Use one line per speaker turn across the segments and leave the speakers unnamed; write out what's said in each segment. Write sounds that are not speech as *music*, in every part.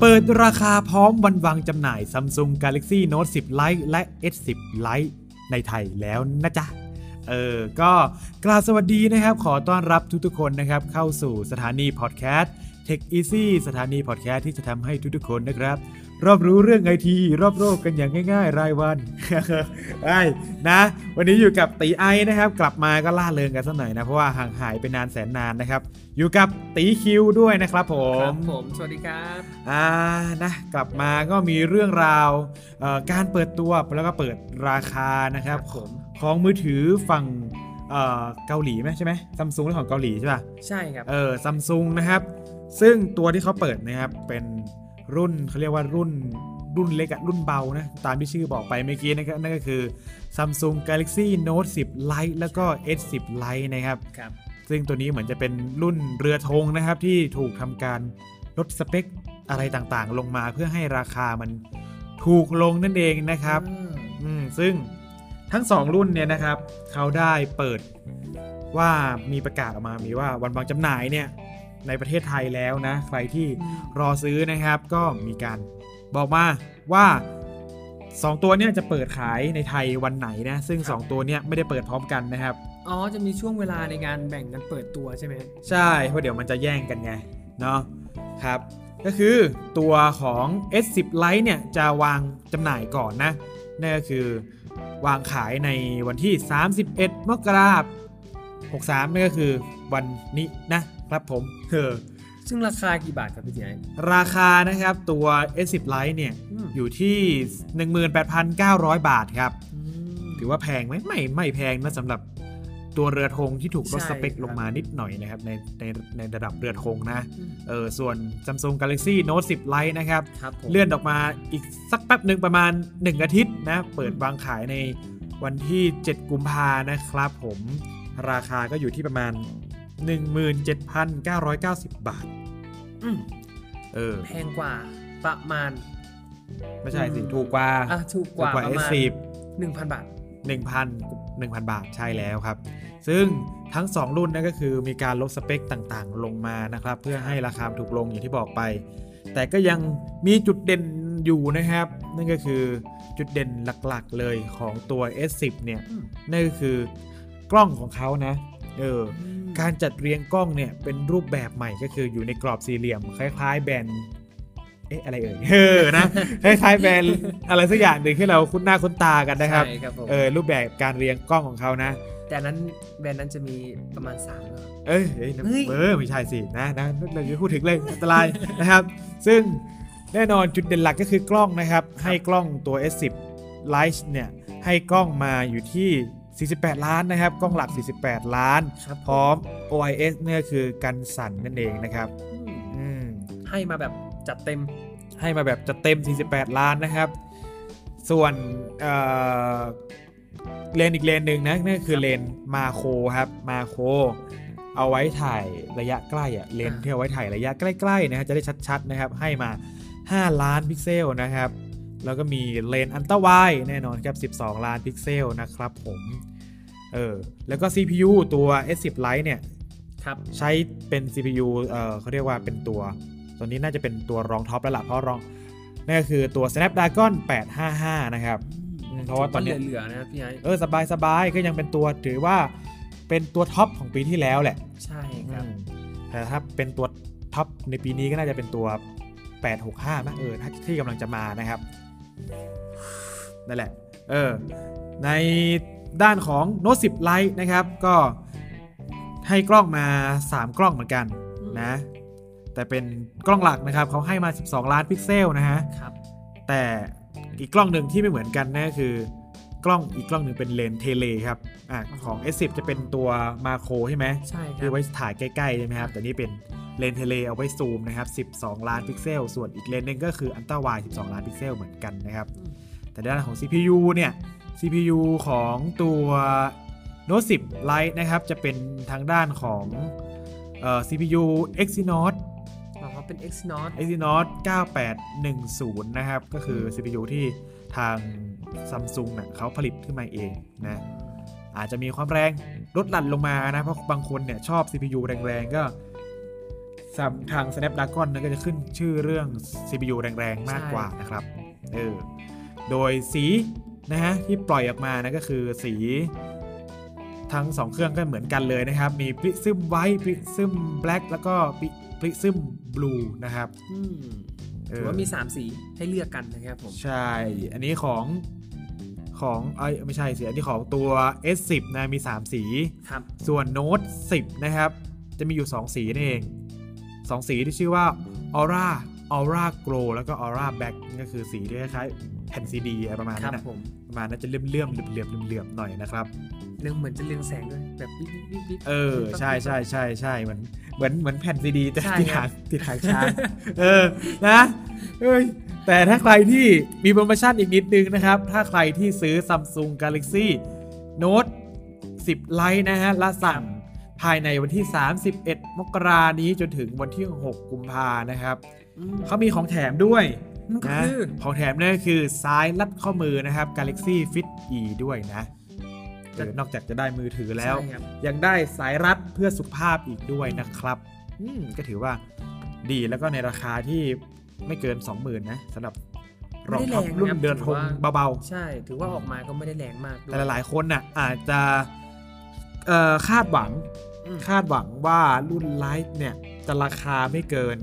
เปิดราคาพร้อมวันวางจำหน่าย Samsung Galaxy Note 10 Lite และ S10 Lite ในไทยแล้วนะจ๊ะ เออ ก็กล่าวสวัสดีนะครับ ขอต้อนรับทุกๆคนนะครับ เข้าสู่สถานีพอดแคสต์ Tech Easy สถานีพอดแคสต์ที่จะทำให้ทุกๆคนนะครับ รอบรู้เรื่องไอที รอบโลกกันอย่างง่ายๆ รายวัน *laughs* ไอ้นะ วันนี้อยู่กับตีไอนะครับ กลับมาก็ล่าเริงกันสักหน่อยนะ เพราะว่าห่างหายไปนานแสนนานนะครับ อยู่กับตีคิวด้วยนะครับผ
ครั
ม
บผม สวัสดีครับ
อ่านะกลับมาก็มีเรื่องราวเอ่อการเปิดตัวแล้วก็เปิดราคานะครับ
ผม
ของมือถือฝั่งเอ่อเกาหลีไหมใช่ไหมซัมซุงเรื่องของเกาหลีใช่ป่ะ
ใช่ครับ
เออซัมซุงนะครับ ซึ่งตัวที่เขาเปิดนะครับเป็นรุ่นเขาเรียกว่ารุ่นรุ่นเล็กอะรุ่นเบานะ ตามที่ชื่อบอกไปเมื่อกี้นะครับนั่นก็คือ Samsung Galaxy Note 10 Lite แล้วก็ S10 Lite นะครับ
ครับ
ซึ่งตัวนี้เหมือนจะเป็นรุ่นเรือธงนะครับ ที่ถูกทำการลดสเปคอะไรต่างๆ ลงมาเพื่อให้ราคามันถูกลงนั่นเองนะครับ
อืม
อืมซึ่งทั้ง 2 รุ่นเนี่ยนะครับ เขาได้เปิดว่ามีประกาศออกมามีว่าวันวางจำหน่ายเนี่ยในประเทศไทยแล้วนะ ใครที่รอซื้อนะครับ ก็มีการบอกมาว่า 2 ตัวเนี่ยจะเปิดขายในไทยวันไหนนะซึ่ง 2 ตัวเนี่ยไม่ได้เปิดพร้อมกันนะครับ
อ๋อ จะมีช่วงเวลาในการแบ่งกันเปิดตัวใช่ไหม
ใช่เพราะเดี๋ยวมันจะแย่งกันไง เนาะครับ ก็คือตัวของ S10 Lite เนี่ย จะวางจำหน่ายก่อนนะ นั่นก็คือวางขายในวันที่ 31 มกราคม63นั่นก็คือวันนี้นะครับผมเออ
ซึ่งราคากี่บาทครับพี่เจ๋
ราคานะครับตัว S10 Lite เนี่ย
อืม
อยู่ที่ 18,900 บาทครับ
ม
ถือว่าแพงไหมไม่ไม่แพงนะสำหรับตัวเรือธงที่ถูกลด
ใช่
สเปคลง
ครับ
มานิดหน่อยนะครับในในในระดับเรือธงนะ
อืม
เออส่วน Samsung Galaxy Note 10 Lite นะครับ
ครับผม
เลื่อนออกมาอีกสักแป๊บหนึ่งประมาณ 1 อาทิตย์นะ เปิดวางขายในวันที่ 7 กุมภานะครับผมราคาก็อยู่ที่ประมาณ 17,990 บาท
อืม
เออ
แพงกว่าประมาณ
ไม่ใช่สิ
อืม
ถูกกว่า
อ่ะถูกก
ถูก
ว่าก
ว่า
ประมาณ
S10
1,000 บาท
1,000 1,000 บาทใช่แล้วครับ ซึ่งทั้ง 2 รุ่นนั่นก็คือมีการลดสเปคต่างๆ ลงมานะครับ เพื่อให้ราคาถูกลงอย่างที่บอกไป แต่ก็ยังมีจุดเด่นอยู่นะครับ นั่นก็คือจุดเด่นหลักๆเลยของตัว S10 เนี่ย
อืม
นั่นก็คือกล้องของเขานะเออการจัดเรียงกล้องเนี่ยเป็นรูปแบบใหม่ก็คืออยู่ในกรอบสี่เหลี่ยม คล้าย ๆ แบนเอ๊ะอะไรเอ่ยเออนะคล้ายๆแบนอะไรสักอย่างหนึ่งที่เราคุ้นหน้าคุ้นตากันนะครับ
ใช่ครับผม
เออรูปแบบการเรียงกล้องของเขานะ
แต่อันนั้นแบรนด์นั้นจะมีประมาณ3ามเหรอ
เอ้ยเอ้ยนะ
เฮ้ย
เออไม่ใช่สินะนะเราจะพูดถึงเลยอันตราย *laughs* นะครับ ซึ่งแน่นอนจุดเด่นหลักก็คือกล้องนะครับ ให้กล้องตัว S10 Lite เนี่ยให้กล้องมาอยู่ที่ 48 ล้านนะครับ กล้องหลัก 48 ล้าน
ครับ
พร้อม OIS เนี่ยก็คือกันสั่นนั่นเองนะครับ
อืม
อืม
ให้มาแบบจัดเต็ม
ให้มาแบบจะเต็ม 48 ล้านนะครับ ส่วนเอ่อเลนส์อีกเลนส์หนึ่งนะนั่นคือเลนส์มาโครครับมาโครเอาไว้ถ่ายระยะใกล้อะเลนส์
อ่า
ที่เอาไว้ถ่ายระยะใกล้ๆนะฮะจะได้ชัดๆนะครับ ให้มา 5 ล้านพิกเซลนะครับ แล้วก็มีเลนส์อันตราไวด์แน่นอนครับ 12 ล้านพิกเซลนะครับผมเออแล้วก็ CPU ตัว S10 Lite เนี่ย
ครับ
ใช้เป็น CPU เอ่อเขาเรียกว่าเป็นตัว ตัวนี้น่าจะเป็นตัวรองท็อปแล้วล่ะ เพราะรองนั่นก็คือตัว Snapdragon 855 นะครับ อืมเพราะว่าตอนเนี้ย
เหลือๆนะพี่ไอ้
เออ สบายสบายก็ยังเป็นตัวถือว่าเป็นตัวท็อปของปีที่แล้วแหละ
ใช่ครับ
อืมแต่ถ้าเป็นตัวท็อปในปีนี้ก็น่าจะเป็นตัว 865นะเออถ้าที่กำลังจะมานะครับ นั่นแหละ เออ ในด้านของ Note 10 Lite นะครับ ก็ให้กล้องมา 3 กล้องเหมือนกัน นะ แต่เป็นกล้องหลักนะครับ เขาให้มา 12 ล้านพิกเซลนะฮะ
ครับ
แต่อีกกล้องหนึ่งที่ไม่เหมือนกันนั่นก็คือกล้องอีกกล้องหนึ่งเป็นเลนส์เทเลครับอ่ะของ S10 จะเป็นตัวมาโครใช่ไหม
ใช่ครั
คื
บ
อไว้ถ่ายใกล้ๆใช่ไหมครับ แต่นี่เป็นเลนส์เทเลเอาไว้ซูมนะครับ 12 ล้านพิกเซล ส่วนอีกเลนส์หนึงก็คืออันตราไวด์12 ล้านพิกเซลเหมือนกันนะครับ
อืม
แต่ด้านของ CPU เนี่ย CPU ของตัว Note 10 Lite นะครับ จะเป็นทางด้านของเอ่อ CPU Exynos
บอกว่าเป็น Exynos
Exynos 9810 นะครับ ก็คือ CPU ที่ทาง Samsung เน่ะเขาผลิตขึ้นมาเองนะ อาจจะมีความแรงลดหลั่นลงมานะ เพราะบางคนเนี่ยชอบ CPU แรงๆ ก็ สำทาง Snapdragon นั้นก็จะขึ้นชื่อเรื่อง CPU แรงๆ มากกว่านะครับ เออ โดยสีนะฮะที่ปล่อยออกมานะก็คือสีทั้ง 2 เครื่องก็เหมือนกันเลยนะครับ มีปริซึมไวท์ปริซึมแบล็กแล้วก็ปริซึมบลูนะครับ
อืม
เออ
ถือว่ามี 3 สีให้เลือกกันนะครับผม
ใช่ อันนี้ของของไอ้ยไม่ใช่สิ อันนี้ของตัว S10 นะ มี 3 สี
ครับ
ส่วนโน้ต10 นะครับ จะมีอยู่ 2 สีนั่นเอง 2 สีที่ชื่อว่า Aura Aura Glow แล้วก็ Aura Black ก็คือสีที่คล้ายๆแผ่นซีดีอะไรประมาณ
ครั
นั้น
บ
นะ
ผม
ประมาณนั้นจะเลื่อมๆเหลื่อมๆเหลื่อมๆหน่อยนะครับ
เรื่องเหมือนจะเรืองแสงด้วยแบบวิบวิบวิบวิบ
เออ ใช่ใช่ใช่ใช่เหมือนเหมือนเหมือนแผ่นซีดีแต่
ใช่
ติด
ครั
หาง
บ
ติดหางช้างเออนะเอ้ยแต่ถ้าใครที่มีโปรโมชั่นอีกนิดนึงนะครับ ถ้าใครที่ซื้อ Samsung Galaxy Note 10 Lite นะฮะละสั่งภายในวันที่ 31 มกรานี้จนถึงวันที่ 6 กุมภานะครับ
อืม
เขามีของแถมด้วย
นั่นก็
นะ
คือ
ของแถมนั่นก็คือซ้ายลัดข้อมือนะครับ Galaxy Fit E ด้วยนะเออนอกจากจะได้มือถือแล้ว
ใช่ครับ
ยังได้สายรัดเพื่อสุขภาพอีกด้วยนะครับ อืมก็ถือว่าดีแล้วก็ในราคาที่ไม่เกิน 20,000 นะสำหรับรองเท้ารุ่นเดินทงเบา
ใช่ ถือว่าออกมาก็ไม่ได้แรงมาก
ๆ
ด้ว
แต่
ย
หลายๆคนน่ะอาจจะเอ่อคาดหวัง
อืม
คาดหวังว่ารุ่นไลท์เนี่ย จะราคาไม่เกิน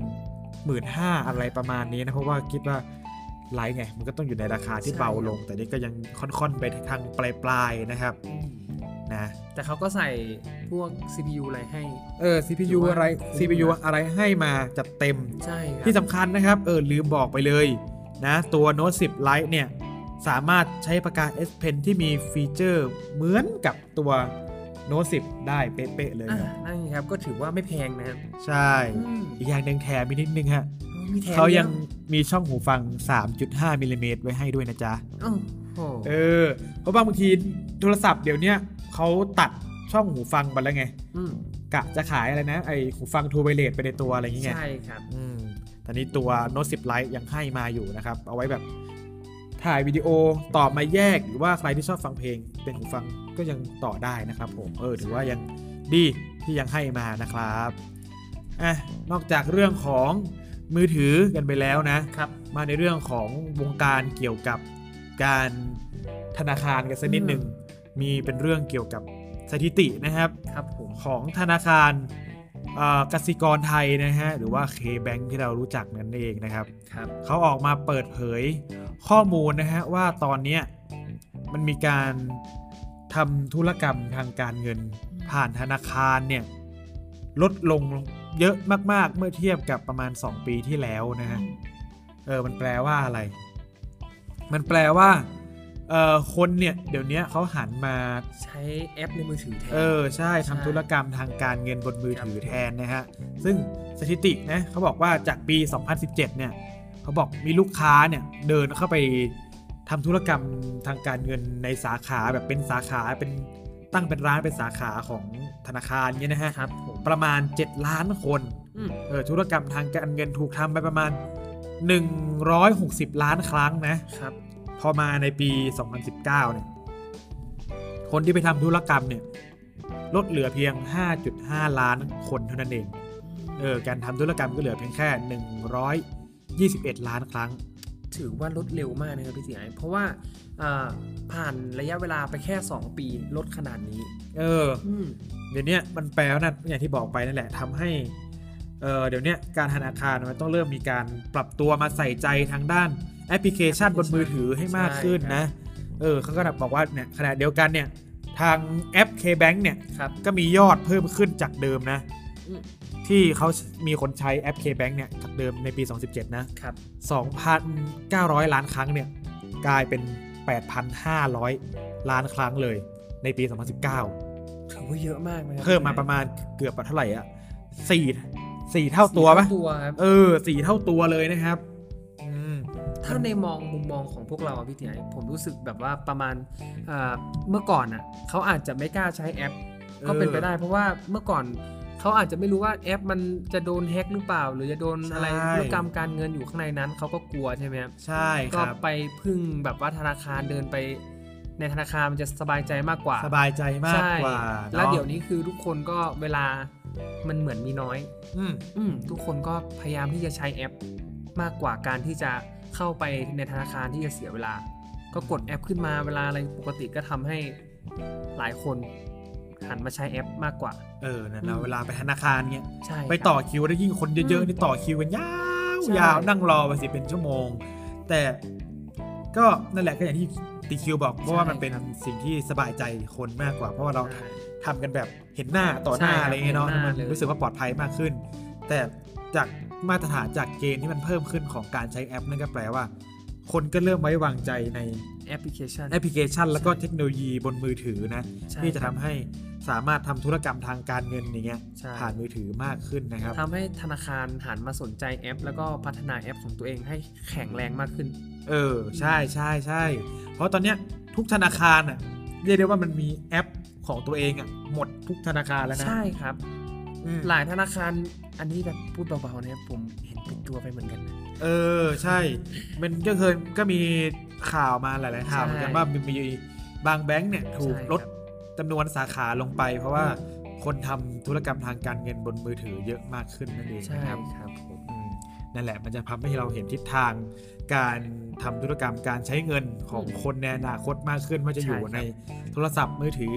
1 5ื่นอะไรประมาณนี้นะ เพราะว่าคิดว่าไลท์ไง มันก็ต้องอยู่ในราคาที่เบาลง แต่นี่ก็ยังค่อนๆไปทางปลายๆนะครับ
อืม
นะ
แต่เขาก็ใส่พวก CPU อะไรให้
เออ CPU
ถือว่า
อะไร
คุ้ม
CPU
นะ
อะไรให้มาจัดเต็ม
ใช่ครับ
ที่สำคัญนะครับ เออ ลืมบอกไปเลยนะ ตัว Note 10 Lite เนี่ย สามารถใช้ปากกา S Pen ที่มีฟีเจอร์เหมือนกับตัว Note 10 ได้เป๊ะๆเลย
อ่ะ
นะ
นั่นไงครับก็ถือว่าไม่แพงนะครับ
ใช่ อีกอย่างหนึ่งแถมอีกนิดนึงฮะ
อืมมีแถม
เขายัง
ด้ว
มีช่องหูฟัง 3.5 มิลลิเมตรไว้ให้ด้วยนะจ๊ะ
โอ้โห
เออ เพราะบางทีโทรศัพท์เดี๋ยวเนี้ยเขาตัดช่องหูฟังไปแล้วไง
ม
กะจะขายอะไรนะ ไอหูฟังทูไวเลสไปในตัวอะไรอย่างเงี้ย
ใช่ครับ
อืมแต่นี้ตัว Note 10 Lite ยังให้มาอยู่นะครับ เอาไว้แบบถ่ายวิดีโอต่อมาแยกหรือว่าใครที่ชอบฟังเพลง เป็นหูฟังก็ยังต่อได้นะครับผม เออถือว่ายังดีที่ยังให้มานะครับอ่ะนอกจากเรื่องของมือถือกันไปแล้วนะ
ครับ
มาในเรื่องของวงการเกี่ยวกับการธนาคารกันสักนิดหนึ่ง มีเป็นเรื่องเกี่ยวกับสถิตินะครับ
ครับผม
ของธนาคารเอ่อกสิกรไทยนะฮะ หรือว่า K-Bank ที่เรารู้จักนั่นเองนะครับ
ครับ
เขาออกมาเปิดเผยข้อมูลนะฮะ ว่าตอนเนี้ยมันมีการทำธุรกรรมทางการเงิน ผ่านธนาคารเนี่ย ลดลงเยอะมาก ๆ เมื่อเทียบกับประมาณ 2 ปีที่แล้วนะฮะ เออ มันแปลว่าอะไร มันแปลว่าเออคนเนี่ย เดี๋ยวเนี้ยเขาหันมา
ใช้แอปในมือถือแทน
เออ ใช่
ใช่
ทำธุรกรรมทางการเงินบนมือถือ
ครับ
แทนนะฮะ ซึ่งสถิตินะเขาบอกว่าจากปี 2017 เนี่ยเขาบอกมีลูกค้าเนี่ย เดินเข้าไปทำธุรกรรมทางการเงินในสาขาแบบเป็นสาขาเป็นตั้งเป็นร้านเป็นสาขาของธนาคารเนี่ยนะฮะ
ครับผม
ประมาณ 7 ล้านคน
อืม
เออธุรกรรมทางการเงินถูกทำไปประมาณ 160 ล้านครั้งนะ
ครับ
พอมาในปี 2019 เนี่ย คนที่ไปทำธุรกรรมเนี่ย ลดเหลือเพียง 5.5 ล้านคนเท่านั้นเอง เออ การทำธุรกรรมก็เหลือเพียงแค่ 121 ล้านครั้ง
ถือว่าลดเร็วมากนะครับพี่เสียเพราะว่าอ่าผ่านระยะเวลาไปแค่ 2 ปีลดขนาดนี้
เออ
อืม
เดี๋ยวเนี้ยมันแปลว่านั่นอย่างที่บอกไปนั่นแหละทำให้ เออเดี๋ยวเนี้ยการธนาคารมันต้องเริ่มมีการปรับตัวมาใส่ใจทางด้านแอปพลิเคชันบนมือถือให้มากขึ้นนะ เออเขาก็บอกว่าเนี่ยขณะเดียวกันเนี่ยทางแอป K-Bank เนี่ย
ครับ
ก็มียอดเพิ่มขึ้นจากเดิมนะ
อืม
ที่เขามีคนใช้แอป K-Bank เนี่ยจากเดิมในปี 2017 นะ
ครับ
2,900 ล้านครั้งเนี่ย กลายเป็น 8,500 ล้านครั้งเลยในปี 2019
ถือว่าเยอะมากนะครับ
เพิ่มมาประมาณเกือบเท่าไหร่อะสี่สี่เท่าตัวปะ
สี่เท่าตัวครับ
เออสี่เท่าตัวเลยนะครับอืม
ถ้าในมองมุมมองของพวกเราอะพี่เสียผมรู้สึกแบบว่าประมาณอ่าเมื่อก่อนอ่ะเขาอาจจะไม่กล้าใช้แอป ก็เป็นไปได้ เพราะว่าเมื่อก่อนเขาอาจจะไม่รู้ว่าแอปมันจะโดนแฮ็กหรือเปล่า หรือจะโดนอะไร
ใช่
ธุรกรรมการเงินอยู่ข้างในนั้นเขาก็กลัวใช่ไหมครับ
ใช่ค
ก็
รับ
ไปพึ่งแบบว่าธนาคารเดินไป ในธนาคารมันจะสบายใจมากกว่า
สบายใจมาก
ใช่
กว่า
แล้ว
เนาะ
เดี๋ยวนี้คือทุกคนก็เวลา มันเหมือนมีน้อย
อืม
อืมทุกคนก็พยายามที่จะใช้แอป มากกว่าการที่จะเข้าไปในธนาคารที่จะเสียเวลา ก็กดแอปขึ้นมาเวลาอะไรปกติก็ทำให้หลายคนหันมาใช้แอปมากกว่า
เออนั่นเราเวลาไปธนาคารเงี้ย
ใช่ครับ
ไปต่อคิวแล้วยิ่งคนเยอะ
อื
ๆ
ม
นี่ต่อคิวกันยาว
ใช่
ยาวนั่งรอไปสิเป็นชั่วโมง แต่ก็นั่นแหละก็อย่างที่ตีคิวบอกเพราะว่ามันเป็นสิ่งที่สบายใจคนมากกว่า เพราะว่าเรา
ใช่
ทำกันแบบเห็นหน้าต่อหน้า
ใช่ครับ
อะไรเงี้ยเนาะ
เห็นหน้า
มัน
เลย
รู้สึกว่าปลอดภัยมากขึ้น แต่จากมาตรฐานจากเกณฑ์ที่มันเพิ่มขึ้นของการใช้แอปนั่นก็แปลว่า คนก็เริ่มไว้วางใจใน
แอปพลิเคชัน
แอปพลิเคชัน แล้วก็เทคโนโลยีบนมือถือนะ
ใช่
ที่จะทำให้สามารถทำธุรกรรมทางการเงินอย่างเงี้ย
ใช่
ผ่านมือถือมากขึ้นนะครับ
ทำให้ธนาคารหันมาสนใจแอป แล้วก็พัฒนาแอปของตัวเองให้แข็งแรงมากขึ้น
เออใช่ใช่ใช่เพราะตอนเนี้ยทุกธนาคารอ่ะเรียกได้ว่ามันมีแอปของตัวเองอ่ะหมดทุกธนาคารแล้วนะ
ใช่ครับ
อืม
หลายธนาคารอันนี้แบบพูดเบาๆนะครับผมเห็นปิดตัวไปเหมือนกันนะ
เออใช่ มันก็เคยก็มีข่าวมาหลาย ๆ ข่าวเหมือนกัน
ใช่
ว่ามีมีบางแบงค์เนี่ยถูก
ใช่ครับ
ลดจำนวนสาขาลงไป เพราะว่าคนทำธุรกรรมทางการเงินบนมือถือเยอะมากขึ้นนั่นเองนะครับ
ครับผม
อืมนั่นแหละมันจะทำให้เราเห็นทิศทางการทำธุรกรรมการใช้เงินของคนในอนาคตมากขึ้นว่าจะอยู่ในโทรศัพท์มือถือ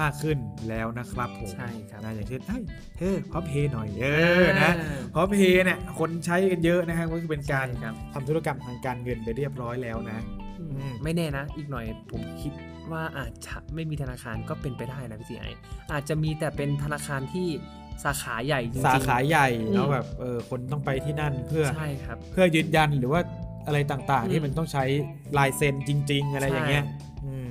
มากขึ้นแล้วนะครับผม
ใช่ครับ
นะอย่างเช่นเฮ้ยเฮ้ยพร้อมเพย์หน่อยเออนะพร้อมเพย์เนี่ยคนใช้กันเยอะนะฮะก็คือเป็นการ
ใช่ครับ
ทำธุรกรรมทางการเงินไปเรียบร้อยแล้วนะ
อืมไม่แน่นะ อีกหน่อยผมคิดว่าอาจจะไม่มีธนาคารก็เป็นไปได้นะพี่สีไออาจจะมีแต่เป็นธนาคารที่สาขาใหญ่จริงๆ
สาขาใหญ่
อืม
แล้วแบบเออคนต้องไปที่นั่นเพื่อ
ใช่ครับ
เพื่อยืนยันหรือว่าอะไรต่าง
อื
ๆ
ม
ที่มันต้องใช้ลายเซ็นจริง ๆ อะไร
ใช่
อย่างเงี้ยอืม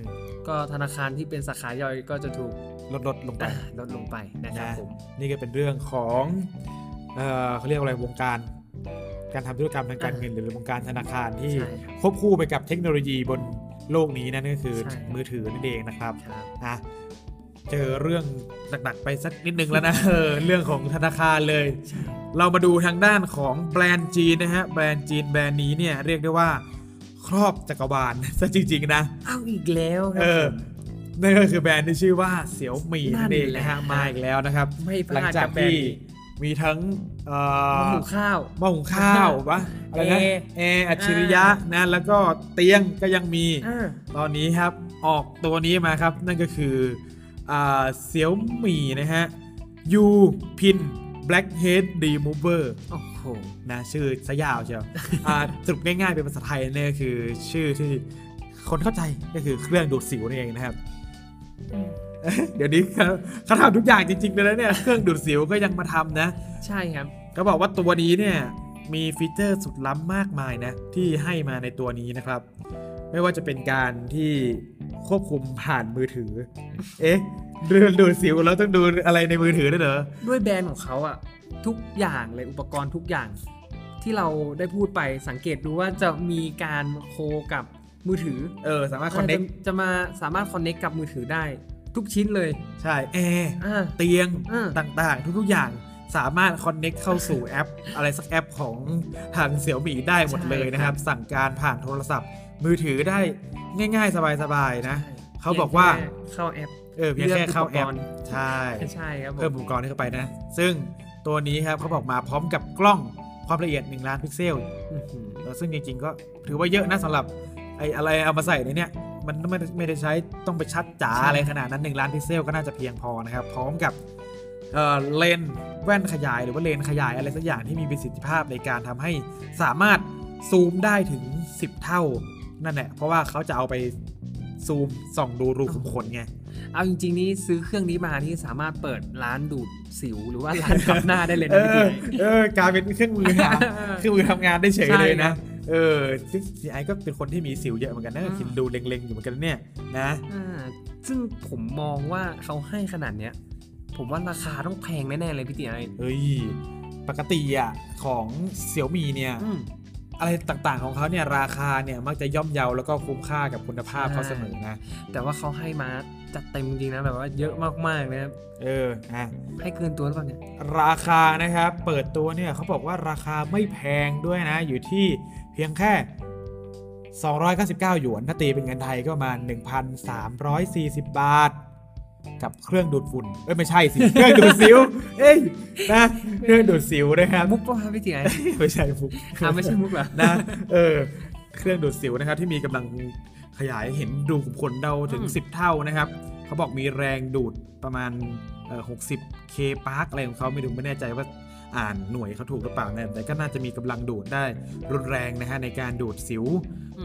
ก็ธนาคารที่เป็นสาขาย่อยก็จะถูก
ลดลดๆลงไป
อ่าลดลงไปนะครับ
นะ
ผม
นี่ก็เป็นเรื่องของเอ่อเขาเรียกว่าอะไรวงการ การทำธุรกรรมทางการเงินหรือวงการธนาคารที่
ใช่ครับ
ควบคู่ไปกับเทคโนโลยีบนโลกนี้นะนั่นก็คือ
ใช่
มือถือนั่นเองนะครับ
ครับ
อ่ะเจอเรื่องหนักๆไปสักนิดนึงแล้วนะ เออเรื่องของธนาคารเลย
ใช่
เรามาดูทางด้านของแบรนด์จีนนะฮะแบรนด์จีนแบรนด์นี้เนี่ยเรียกได้ว่าครอบจักรวาล *laughs* ซะจริงๆนะ
อ้าวอีกแล้วครั
เอบ อนั่นก็คือแบรนด์ที่ชื่อว่าเสี่ยวหมี่นั่นเองนะฮะ
นั่นแหละ
มาอีกแล้วนะครับ
ไม่พ
หลัง
ลาด
จาก
กับแบรน
ที่
ด์นี้
มีทั้งเอ่
ห
อ
มูข้าว
หม้อหุงข้าววะอะไรนะ
เอ
เอร์อัจฉริยะนะแล้วก็เตียงก็ยังมี
า
ตอนนี้ครับออกตัวนี้มาครับ นั่นก็คืออ่าเสี่ยวหมี่นะฮะยูพิน Blackhead Remover
โอ้โห
นะชื่อซะยาว *laughs* เชียวอ่าสรุปง่ายๆเป็นภาษาไทยเนี่ยก็คือชื่อที่คนเข้าใจก็คือเครื่องดูดสิวนี่เองนะครับ *laughs* เดี๋ยวนี้เขาเขาทำทุกอย่างจริงๆเลยนะเนี่ย เครื่องดูดสิวก็ยังมาทำนะ
ใช่ครับ
ก็บอกว่าตัวนี้เนี่ยมีฟีเจอร์สุดล้ำมากมายนะ ที่ให้มาในตัวนี้นะครับ ไม่ว่าจะเป็นการที่ควบคุมผ่านมือถือ เอ๊ะดูดูดสิวแล้วต้องดูอะไรในมือถือด้วยเหรอ
ด้วยแบรนด์ของเขาอะทุกอย่างเลยอุปกรณ์ทุกอย่าง ที่เราได้พูดไปสังเกตดูว่าจะมีการโคกับมือถือ
เออ สามารถคอนเน็ก
จะจะมาสามารถคอนเน็กกับมือถือได้ ทุกชิ้นเลย
ใช่แอร์
อ่า
เตียง
อืม
ต่างๆ ทุกๆอย่างสามารถคอนเน็กเข้าสู่แอป *laughs* อะไรสักแอปของทางเสี่ยวหมีได้หมดเลยนะครับ สั่งการผ่านโทรศัพท์ มือถือได้ง่าย ๆ สบายๆนะ เขาบอกว่า
เพียงแค่เข้าแอป
เออเพียงแค่เข้าแอป
ลืกปกรณ์
ใช่
ใช่ครับผ
เพิ่ม
ม
อุปกรณ์เข้าไปนะ ซึ่งตัวนี้ครับเขาบอกมาพร้อมกับกล้องความละเอียด 1 ล้านพิกเซล
อื้อหือ
เออซึ่งจริงๆก็ถือว่าเยอะนะสำหรับไอ้อะไรเอามาใส่ในเนี้ยมันไม่ได้ไม่ได้ใช้ต้องไปชัดจ๋าอะไรขนาดนั้น 1 ล้านพิกเซลก็น่าจะเพียงพอนะครับ พร้อมกับเอ่อเลนส์แว่นขยายหรือว่าเลนส์ขยายอะไรสักอย่างที่มีประสิทธิภาพในการทำให้สามารถซูมได้ถึง 10 เท่านั่นแหละเพราะว่าเขาจะเอาไปซูมส่องดูรูขุมขนไง
เอาจริง ๆ นี่ซื้อเครื่องนี้มานี่สามารถเปิดร้านดูดสิวหรือว่าร้านกับหน้าได้เลย
เอ
นะ
อ
พี่ใหญ
เออกลายเป็นเครื่องมือหา
่
*laughs* เครื่องมือทำงานได้เฉยเลย
ใช่ครั
นะ
บ
เออซึ่งซีไอก็เป็นคนที่มีสิวเยอะเหมือนกันนะ
อืม
คิดดูเล็งๆอยู่เหมือนกันเนี่ยนะ
อ่าซึ่งผมมองว่าเขาให้ขนาดเนี้ย ผมว่าราคาต้องแพงแน่ๆเลยพี่ตีไอ
เอ้ย ปกติอ่ะของเสี่ยวมีเนี่ย
อืม
อะไรต่างๆของเขาเนี่ยราคาเนี่ยมักจะย่อมเยาแล้วก็คุ้มค่ากับคุณภาพเขาเสมอนะ
แต่ว่าเขาให้มาจัดเต็มจริงๆนะแบบว่าเยอะมากๆนะครับ
เอออ่ะ
ให้เกินตัวหรือเปล่าเนี่ย
ราคานะครับ เปิดตัวเนี่ยเขาบอกว่าราคาไม่แพงด้วยนะ อยู่ที่เพียงแค่ 299 หยวน ถ้าตีเป็นเงินไทยก็ประมาณ1,340 บาท กับเครื่องดูดฝุ่นเอ้ยไม่ใช่สิ เครื่องดูดซิวเอ้ยนะเครื่องดูดซิวนะครับ
มุกป่ะครับพี่เจ๋ย
ไม่ใช่ฟุก
อ่ะไม่ใช่มุกเหรอ
นะเออเครื่องดูดสิวนะครับที่มีกำลังขยายเห็นดูขุมขนเดาถึง
อืม
10 เท่านะครับ เขาบอกมีแรงดูดประมาณเอ่อ60 k ปาร์กอะไรของเขาไม่รู้ไม่แน่ใจว่าอ่านหน่วยเขาถูกหรือเปล่านะแต่ก็น่าจะมีกำลังดูดได้รุนแรงนะฮะในการดูดสิว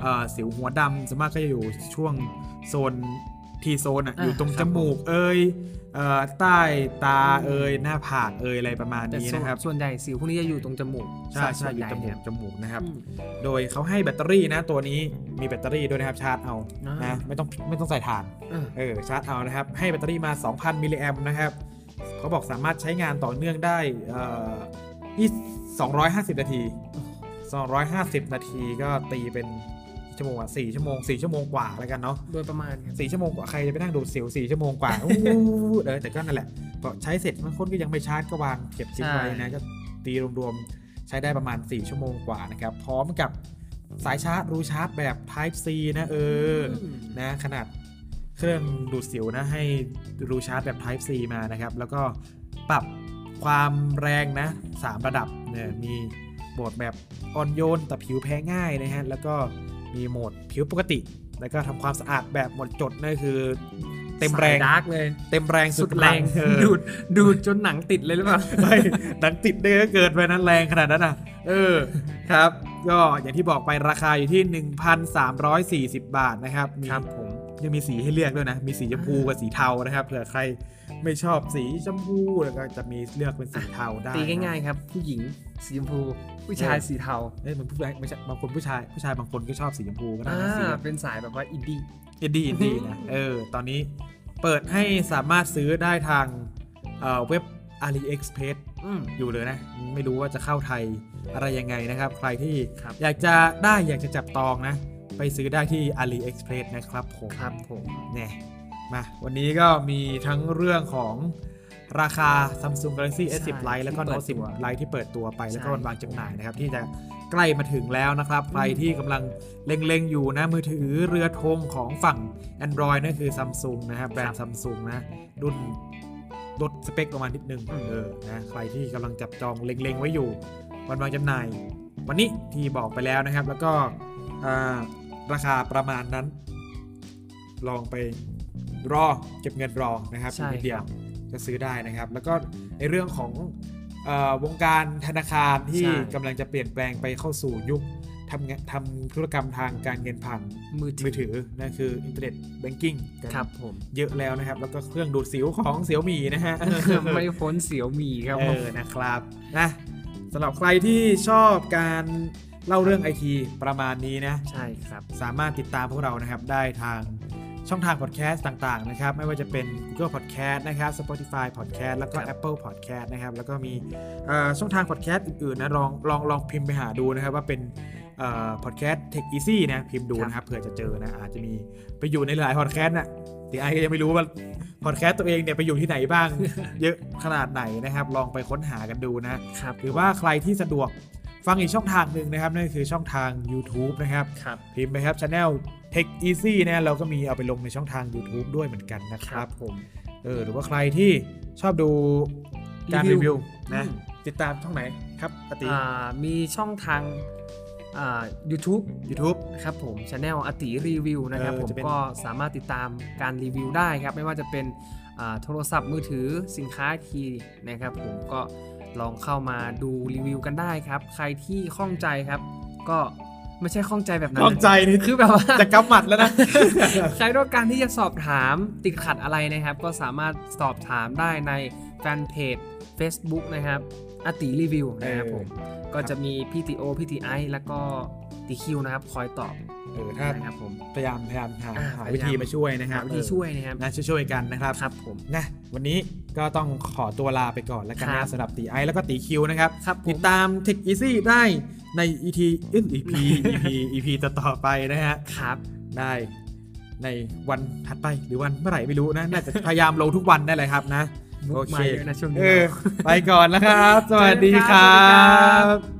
เอ่อสิวหัวดำส่วนมากก็จะอยู่ช่วงโซนทีโซนอ่ะอยู่ตรงจมูกเอยเอ่อใต้ตาเอยหน้าผากเอยอะไรประมาณ
แต่
นี้
ส่วน
นะครับ
ส่วนใหญ่สิวพวกนี้จะอยู่ตรงจมูก
ใช่ใช่อยู่จ
ส่วน
มูก
ใหญ่เนี่ย
จมูกนะครับ
อืม
โดยเขาให้แบตเตอรี่นะตัวนี้มีแบตเตอรี่ด้วยนะครับชาร์จเอา
อ่าน
นะไม่ต้องไม่ต้องใส่ถ่าน
อ่ะ
เออชาร์จเอานะครับ ให้แบตเตอรี่มา 2,000 มิลลิแอมป์นะครับเขาบอกสามารถใช้งานต่อเนื่องได้เอ่อ250 นาที 250 นาทีก็ตีเป็นกี่ชั่วโมงอะ4ชั่วโมง 4 ชั่วโมงกว่าแล้วกันเนาะ
โดยประมาณครับ
สี่ชั่วโมงกว่าใครจะไปนั่งดูดสิวสี่ชั่วโมง
*laughs*
กว่า อู้เออแต่ก็นั่นแหละพอใช้เสร็จบางคนก็ยังไม่ชาร์จก็วางเก็บทิ้งไว้
ใช่
นะก็ตีรวมๆ ใช้ได้ประมาณ 4 ชั่วโมงกว่านะครับ พร้อมกับสายชาร์จรูชาร์จแบบ Type C นะเออ
ม
นะขนาดเครื่องดูดสิวนะให้รูชาร์จแบบ Type C มานะครับ แล้วก็ปรับความแรงนะ 3 ระดับเนี่ยมีโหมดแบบอ่อนโยนแต่ผิวแพ้ง่ายนะฮะ แล้วก็มีโหมดผิวปกติ แล้วก็ทำความสะอาดแบบหมดจดนั่นคือเต็มแรง
สายดาร์กเลย
เต็มแรงสุ
สุ
ด
ด
แร
แรง ง
เออ
ดูดดูดจนหนังติดเลยหรือเปล่า
ไม่หนังติดได้ก็เกิดไปนั้นแรงขนาดนั้นอ่ะ เออครับ ก็อย่างที่บอกไปราคาอยู่ที่ 1,340 บาทนะครับมี
ครับผม
ยังมีสีให้เลือกด้วยนะ มีสีชมพูกับสีเทานะครับ เผื่อใครไม่ชอบสีชมพูแล้วก็จะมีเลือกเป็นสีเทาได้
ตีง่ายๆครับ ผู้หญิงสีชมพู ผู้ชายสีเทา
ๆเอ้ยมันผู้ชายไม่ใช่บางคนผู้ชายผู้ชายบางคนก็ชอบสีชมพูก็ได้
อ่า
นะสี
เป็นสายแบบว่าอินดี้
อินดี้อินดี้นะ เออ ตอนนี้เปิดให้สามารถซื้อได้ทางเอ่อเว็บ AliExpress
อืม
อยู่เลยนะ ไม่รู้ว่าจะเข้าไทยอะไรยังไงนะครับ ใครที่
ครับ
อยากจะได้อยากจะจับตองนะ ไปซื้อได้ที่ AliExpress นะครับผม
ครับผม
เนี่ยมาวันนี้ก็มีทั้งเรื่องของราคา Samsung Galaxy
ใช่
S10 Lite แล้วก็
ที่เปิด
Note
ตัว
10 Lite ที่เปิดตัวไป แล้วก็
ใช่
วันวางจำหน่ายนะครับ ที่จะใกล้มาถึงแล้วนะครับ
อืม
ใครที่กำลังเล็งๆ อยู่นะ มือถือเรือธงของฝั่ง Android นั่นคือ Samsung นะครับแบรนด์ Samsung นะ รุ่นลดสเปคลงมานิดนึงเออนะใครที่กำลังจับจองเล็งๆ ไว้อยู่ วันวางจำหน่าย วันนี้ที่บอกไปแล้วนะครับ แล้วก็อ่าราคาประมาณนั้น ลองไปรอเก็บเงินรอนะครับ
ใช่
อีกนิดเดีย
คว รับ
จะซื้อได้นะครับ แล้วก็ในเรื่องของเออวงการธนาคารที่
ใช่
กำลังจะเปลี่ยนแปลงไปเข้าสู่ยุคทำงานทำธุรกรรมทางการเงินผ่าน
มือถื
มื
อ
อถือนั่นคืออินเทอร์เน็ตแบงกิ้ง
ครับ
*laughs*
ผม
เยอะแล้วนะครับ แล้วก็เครื่องดูดสิวของเสี่ยวมีนะฮะ
ไม่พ้นเสียวมีครับ
*laughs* เอ
ผม
อ นะครับ นะสำหรับใครที่ชอบการเล่าเรื่องไอทีประมาณนี้นะ
ใช่ครับ
สามารถติดตามพวกเรานะครับ ได้ทางช่องทางพอดแคสต์ต่างๆนะครับ ไม่ว่าจะเป็น Google Podcast นะครับ Spotify Podcast แล้วก็ Apple Podcast นะครับ แล้วก็มีเอ่อช่องทางพอดแคสต์อื่นๆนะลองลองลองพิมพ์ไปหาดูนะครับ ว่าเป็นพอดแคสต์ Tech Easy นะพิมพ์ดูนะครับเผื่อจะเจอนะอาจจะมีไปอยู่ในหลายพอดแคสต์น่ะเดี๋ยวไอก็ยังไม่รู้ว่าพอดแคสต์ตัวเองเนี่ยไปอยู่ที่ไหน *laughs* บ้าง เยอะขนาดไหนนะครับ ลองไปค้นหากันดูนะ
ครับ
หรือว่าใครที่สะดวกฟังอีกช่องทางหนึ่งนะครับนั่นก็คือช่องทาง YouTube นะครับ
ครับ
พิมพ์ไปครับ Channel Tech Easy นะเราก็มีเอาไปลงในช่องทาง YouTube ด้วยเหมือนกันนะค
ค
รั
รั
บบ
ผม
เออหรือว่าใครที่ชอบดูการ
รี
รี
วิ
วิว
ว
นะ
อืม
ติดตามช่องไหนครับปติ
อ่ามีช่องทางอ่า YouTube
YouTube
นะครับผมช anel อติรีวิวนะครับ
เออ
ผม
จะเป็น
ก็สามารถติดตามการรีวิวได้ครับ ไม่ว่าจะเป็นอ่าโทรศัพท์มือถือสินค้าคีย์นะครับผมก็ลองเข้ามาดูรีวิวกันได้ครับ ใครที่ข้องใจครับ ก็ไม่ใช่ข้องใจแบบนั้น
ลองใจนี่
คือแบบว่า
*laughs* จะกำหมัดแล้ว
*laughs*
นะ
ใครต้องการที่จะสอบถามติดขัดอะไรนะครับ ก็สามารถสอบถามได้ในแฟนเพจ Facebook นะครับอติรีวิวนะครับผม ก็จะมีพี่ติโอพี่ติไอแล้วก็ติคิวนะครับ คอยตอบ
เออถ้า
นะครับผม
พยายามพยายามหา
อ่า
หา
พยายาม
วิธีมาช่วยนะค
หา
รับ
วิธีช่วยนะครับ
เออนะช่วยๆกันนะครับ
ครับผม
นะวันนี้ก็ต้องขอตัวลาไปก่อนแล้วกัน
ครั
นะ
บ
สำหรับตีไอซ์แล้วก็ตีคิวนะครับ
ครับผม
ติดตาม Tech Easy ได้ใน ET อึ้น EP EP EP ต่อต่อๆไปนะฮะ
ครับ
ได้ในวันถัดไปหรือวันเมื่อไหร่ไม่รู้นะ น่าจะพยายามลงทุกวันได้เลยครับนะ
มุก
โอ
มา
เค
เยอะนะช่วงนี้
เออไปก่อนแล้วครับ สวัสดีครั
สวัสดีครับ บ